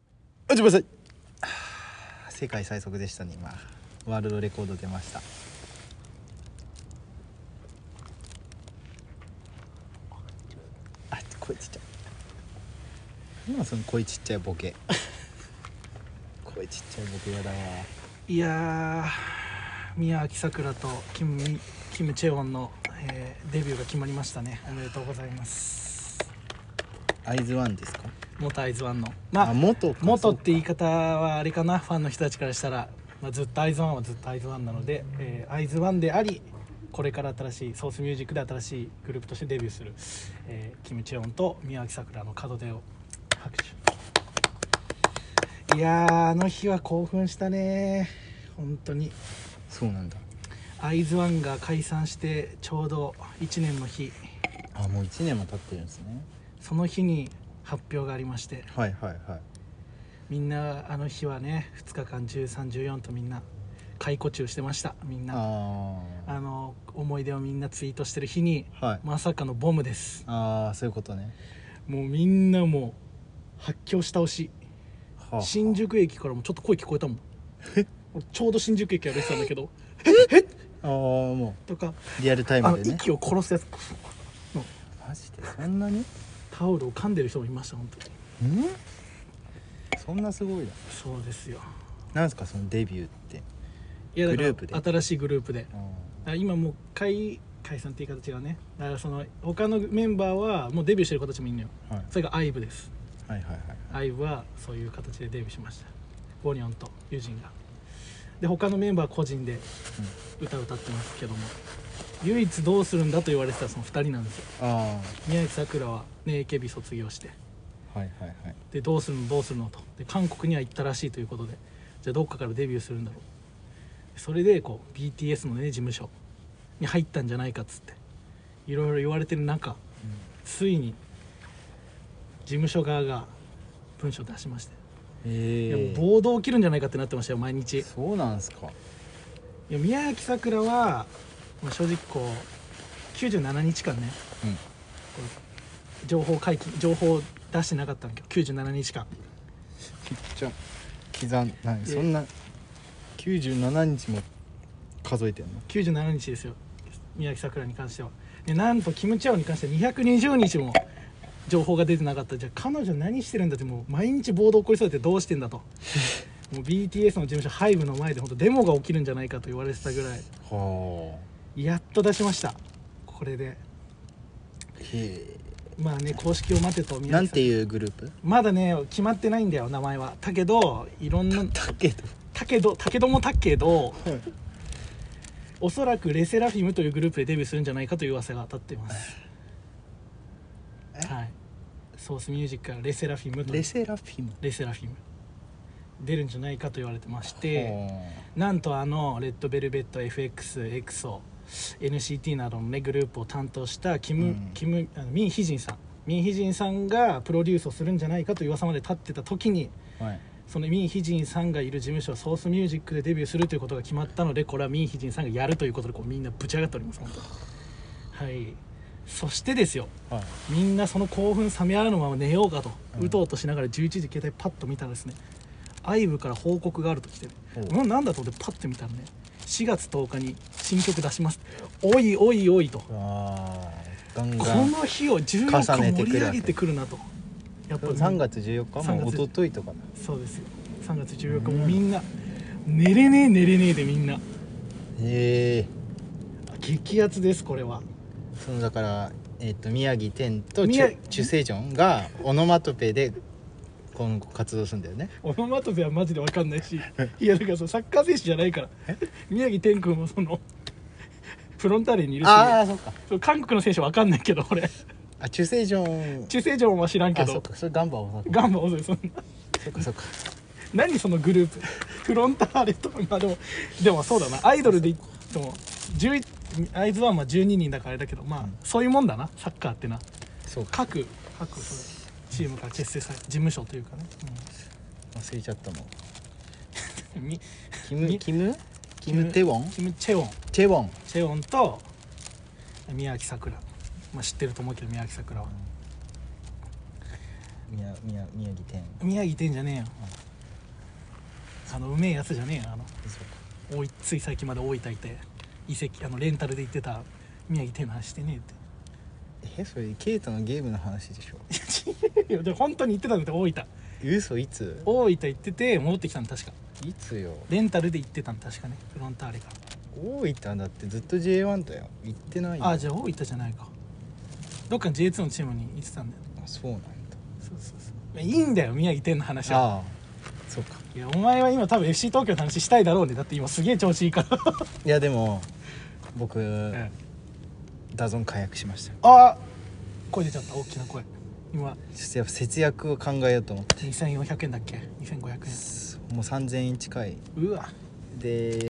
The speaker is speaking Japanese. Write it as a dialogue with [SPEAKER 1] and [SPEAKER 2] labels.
[SPEAKER 1] あちょっと待ってくださいはあ世界最速でしたね今ワールドレコード出ましたあ声ちっちゃい何なんその声ちっちゃいボ ケ声ちっちゃいボケやだわ
[SPEAKER 2] いやー宮脇さくらとキム・ミキム・チェウォンの、えーデビューが決まりましたねおめでとうございます
[SPEAKER 1] アイズワンですか
[SPEAKER 2] 元アイズワンのまあ
[SPEAKER 1] 元か
[SPEAKER 2] 元
[SPEAKER 1] そう
[SPEAKER 2] っ
[SPEAKER 1] か
[SPEAKER 2] て言い方はあれかなファンの人たちからしたら、まあ、ずっとアイズワンはずっとアイズワンなので、えーアイズワンでありこれから新しいソースミュージックで新しいグループとしてデビューする、えーキム・チェヨンと宮脇さくらの門出を拍手いやーあの日は興奮したね本当に
[SPEAKER 1] そうなんだ
[SPEAKER 2] アイズワンが解散してちょうど1年の日
[SPEAKER 1] あもう1年も経ってるんですね
[SPEAKER 2] その日に発表がありまして
[SPEAKER 1] はいはいはい
[SPEAKER 2] みんなあの日はね2日間1314とみんな解雇中してましたみんなあ
[SPEAKER 1] ああ
[SPEAKER 2] の思い出をみんなツイートしてる日に
[SPEAKER 1] はい
[SPEAKER 2] まさかのボムです
[SPEAKER 1] ああそういうことね
[SPEAKER 2] もうみんなもう発狂した押し
[SPEAKER 1] はあ
[SPEAKER 2] 新宿駅からもちょっと声聞こえたもん俺ちょうど新宿駅歩いてたんだけど
[SPEAKER 1] ああも
[SPEAKER 2] とか
[SPEAKER 1] うリアルタイ
[SPEAKER 2] あ
[SPEAKER 1] ム
[SPEAKER 2] の
[SPEAKER 1] でね
[SPEAKER 2] 息を殺すやつ
[SPEAKER 1] マジでそんなにん
[SPEAKER 2] タオルを噛んでる人もいました本当に
[SPEAKER 1] そんなすごいな
[SPEAKER 2] そうですよ
[SPEAKER 1] なんですかそのデビューって
[SPEAKER 2] いやだか
[SPEAKER 1] グループ
[SPEAKER 2] ら
[SPEAKER 1] で
[SPEAKER 2] 新しいグループで
[SPEAKER 1] あ
[SPEAKER 2] あ今もう解解散って言い方違うねだからその他のメンバーはもうデビューしてる子たちもいるのよ
[SPEAKER 1] ーはい
[SPEAKER 2] それが IVE です
[SPEAKER 1] はいはいはいはい
[SPEAKER 2] IVE はそういう形でデビューしましたボニョンとユジンがで他のメンバーは個人で歌歌ってますけども唯一どうするんだと言われてたその2人なんですよ
[SPEAKER 1] あ
[SPEAKER 2] 宮崎さくらは、ね、AKB 卒業して
[SPEAKER 1] あはいはいはい
[SPEAKER 2] でどうするのどうするのとで韓国には行ったらしいということでじゃあどっかからデビューするんだろうそれでこう BTS のね事務所に入ったんじゃないかっつっていろいろ言われてる中ついに事務所側が文書を出しまして、いや
[SPEAKER 1] ええ
[SPEAKER 2] 暴動起きるんじゃないかってなってましたよ毎日い
[SPEAKER 1] そうなんですか
[SPEAKER 2] や宮脇さくらは、まあ正直こう97日間ね
[SPEAKER 1] うん
[SPEAKER 2] こう情報解禁情報を出してなかったんだけど97日間
[SPEAKER 1] きっちゃ刻んなん
[SPEAKER 2] で
[SPEAKER 1] そんな97日も数えてんの
[SPEAKER 2] 97日ですよ宮城さくらに関してはでなんとキム・チャオに関しては220日も情報が出てなかったじゃあ彼女何してるんだってもう毎日暴動起こりそうだってどうしてんだともう BTS の事務所 HYBE の前で本当デモが起きるんじゃないかと言われてたぐらい
[SPEAKER 1] は
[SPEAKER 2] やっと出しましたこれで
[SPEAKER 1] あへ
[SPEAKER 2] まあね公式を待てと
[SPEAKER 1] え
[SPEAKER 2] 宮
[SPEAKER 1] なん
[SPEAKER 2] 崎さ
[SPEAKER 1] ていうグループ
[SPEAKER 2] まだね決まってないんだよ名前はだけどいろんな
[SPEAKER 1] だけど
[SPEAKER 2] だけどだけどもだけど
[SPEAKER 1] はい
[SPEAKER 2] おそらくレセラフィムというグループでデビューするんじゃないかという噂が当たっています
[SPEAKER 1] え
[SPEAKER 2] はいソースミュージックからレセラフィムと
[SPEAKER 1] レ
[SPEAKER 2] レ
[SPEAKER 1] セラフィム
[SPEAKER 2] セラフィム出るんじゃないかと言われてましてなんとあのレッドベルベット FX エクソ NCT などのねグループを担当したキム、
[SPEAKER 1] うん
[SPEAKER 2] キムあのミン・ヒジンさんミン・ヒジンさんがプロデュースをするんじゃないかという噂まで立ってた時に
[SPEAKER 1] はあはい
[SPEAKER 2] そのミン・ヒジンさんがいる事務所ソースミュージックでデビューするということが決まったのでこれはミン・ヒジンさんがやるということでこうみんなぶち上がっております本当にはいそしてですよ
[SPEAKER 1] はい
[SPEAKER 2] みんなその興奮冷めやらぬまま寝ようかと、うとうとしながら11時携帯パッと見たらですね IVE から報告があると来てね
[SPEAKER 1] おう
[SPEAKER 2] ななんだと思ってパッて見たらね4月10日に新曲出しますおいおいおいと
[SPEAKER 1] あーガン
[SPEAKER 2] こ
[SPEAKER 1] ガン
[SPEAKER 2] の日を14
[SPEAKER 1] 重ね
[SPEAKER 2] 日
[SPEAKER 1] て
[SPEAKER 2] 盛
[SPEAKER 1] くる
[SPEAKER 2] り上げてくるなとやっぱり
[SPEAKER 1] 3月14日もう
[SPEAKER 2] 3月
[SPEAKER 1] 一昨日とかだ
[SPEAKER 2] そうですよ3月14日もみんな寝れねえ寝れねえでみんな
[SPEAKER 1] へえ
[SPEAKER 2] 激アツですこれは
[SPEAKER 1] そのだから、えっと宮城天とチ
[SPEAKER 2] 宮
[SPEAKER 1] ュチュセジョンがオノマトペで今後活動するんだよね
[SPEAKER 2] オノマトペはマジで分かんないしいやだからそのサッカー選手じゃないから宮城天君もそのフロンターレにいるし
[SPEAKER 1] ああそうか
[SPEAKER 2] そう韓国の選手分かんないけど俺
[SPEAKER 1] あチュセジョン
[SPEAKER 2] 中世城は知らんけ
[SPEAKER 1] あそ
[SPEAKER 2] ど
[SPEAKER 1] っかそれガンバ大阪
[SPEAKER 2] ガンバ遅いそんな
[SPEAKER 1] そっかそっか
[SPEAKER 2] 何そのグループフロンターレとかまあでもでもそうだなアイドルでいっても11アイズワンは12人だからあれだけどまあそういうもんだなサッカーってな
[SPEAKER 1] そうか
[SPEAKER 2] 各各チームから結成され事務所というかね、
[SPEAKER 1] 忘れちゃったもん
[SPEAKER 2] うんみ
[SPEAKER 1] キム
[SPEAKER 2] み
[SPEAKER 1] キムキムテウォン
[SPEAKER 2] キム・チェウォン
[SPEAKER 1] チェウォン
[SPEAKER 2] チェウォンと宮脇さくら、まあ、知ってると思うけど宮脇さくらは
[SPEAKER 1] 宮宮宮城天
[SPEAKER 2] 宮城いてんじゃねえよのうめえやつじゃねえよあの
[SPEAKER 1] そうか
[SPEAKER 2] おいつい最近まで大分いて遺跡あのレンタルで行ってた宮城手の話してね
[SPEAKER 1] えそれケイタのゲームの話でしょ
[SPEAKER 2] えって いやでも本当に行ってたんだって大分
[SPEAKER 1] 嘘いつ
[SPEAKER 2] 大分行ってて戻ってきたの確か
[SPEAKER 1] いつよ
[SPEAKER 2] レンタルで行ってたの確かねフロンターレから
[SPEAKER 1] 大分だってずっと J1 だよ行ってないよ
[SPEAKER 2] ああじゃあ大分じゃないかどっかの J2 のチームに行ってたんだよ
[SPEAKER 1] あそうなんだ
[SPEAKER 2] そうそうそういいんだよ宮城天の話は
[SPEAKER 1] ああそうか
[SPEAKER 2] いやお前は今多分 FC 東京の話したいだろうねだって今すげえ調子いいから、
[SPEAKER 1] いやでも僕、
[SPEAKER 2] うん
[SPEAKER 1] ダゾン解約しました
[SPEAKER 2] あ声出ちゃった大きな声今
[SPEAKER 1] ちょっとやっぱ節約を考えようと思って
[SPEAKER 2] 2400円だっけ2500円
[SPEAKER 1] もう3000円近いう
[SPEAKER 2] わ
[SPEAKER 1] で